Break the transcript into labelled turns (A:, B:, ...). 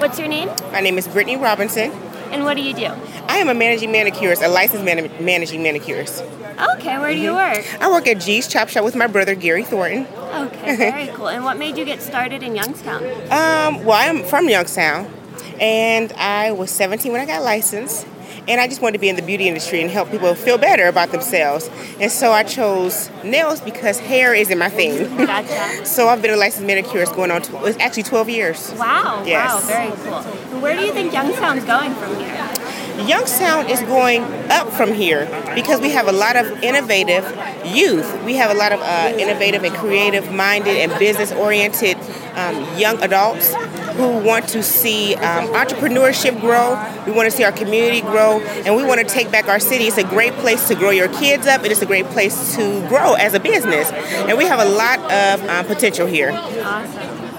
A: What's your name
B: My name is Brittany Robinson.
A: and what do you do?
B: I am a managing manicurist, a licensed man- managing manicurist.
A: Okay, where do you work?
B: I work at G's Chop Shop with my brother Gary Thornton.
A: Okay, very cool. And what made you get started in Youngstown?
B: Um, well, I'm from Youngstown, and I was 17 when I got licensed, and I just wanted to be in the beauty industry and help people feel better about themselves. And so I chose nails because hair isn't my thing.
A: Gotcha.
B: so I've been a licensed manicurist going on, tw- it's actually 12 years.
A: Wow, wow,
B: Yes.
A: very cool. And where do you think Youngstown's going from here?
B: Youngstown is going up from here because we have a lot of innovative youth. We have a lot of uh, innovative and creative minded and business oriented um, young adults who want to see um, entrepreneurship grow. We want to see our community grow and we want to take back our city. It's a great place to grow your kids up and it's a great place to grow as a business. And we have a lot of um, potential here.
A: Awesome.